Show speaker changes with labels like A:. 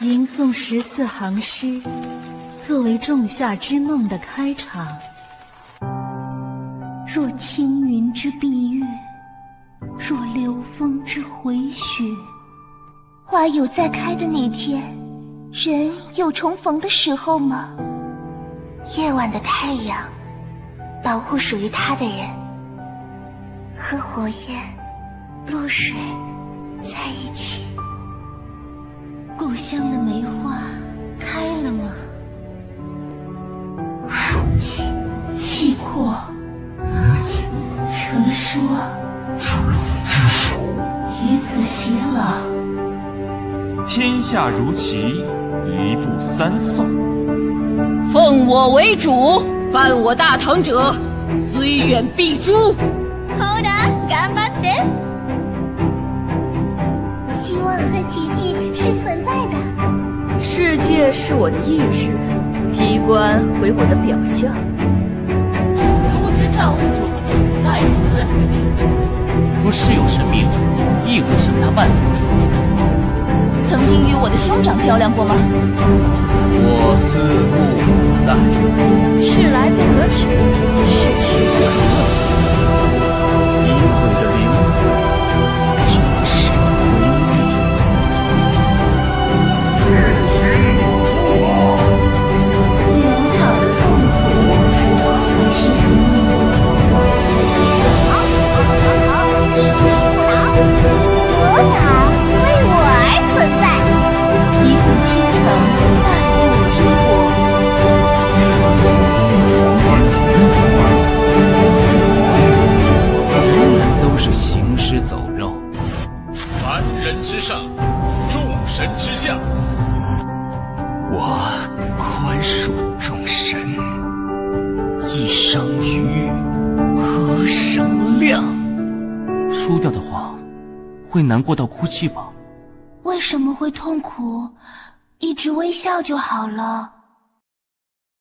A: 吟诵十四行诗，作为仲夏之梦的开场。
B: 若青云之蔽月，若流风之回雪，花有再开的那天，人有重逢的时候吗？
C: 夜晚的太阳，保护属于它的人，和火焰、露水在一起。
B: 故乡的梅花开了吗？气魄，成说，与子偕老。
D: 天下如棋，一步三送。
E: 奉我为主，犯我大唐者，虽远必诛。
C: 好啦，干巴得！希望和奇迹是存在的。
F: 世界是我的意志，机关为我的表象。
E: 如之造物主，在此。
G: 若世有神明，亦会生他半子。
E: 曾经与我的兄长较量过吗？
G: 我思故我在，
F: 是来不可止，是去不可遏。
D: 阴鬼的灵魂
G: 永世为命。
B: 流淌的痛苦，我不见。一股倾城，再度倾国。
G: 人人都是行尸走肉，
H: 凡人之上，众神之下。
G: 我宽恕众神，既生瑜，何生亮？输掉的话，会难过到哭泣吧？
B: 为什么会痛苦？一直微笑就好了。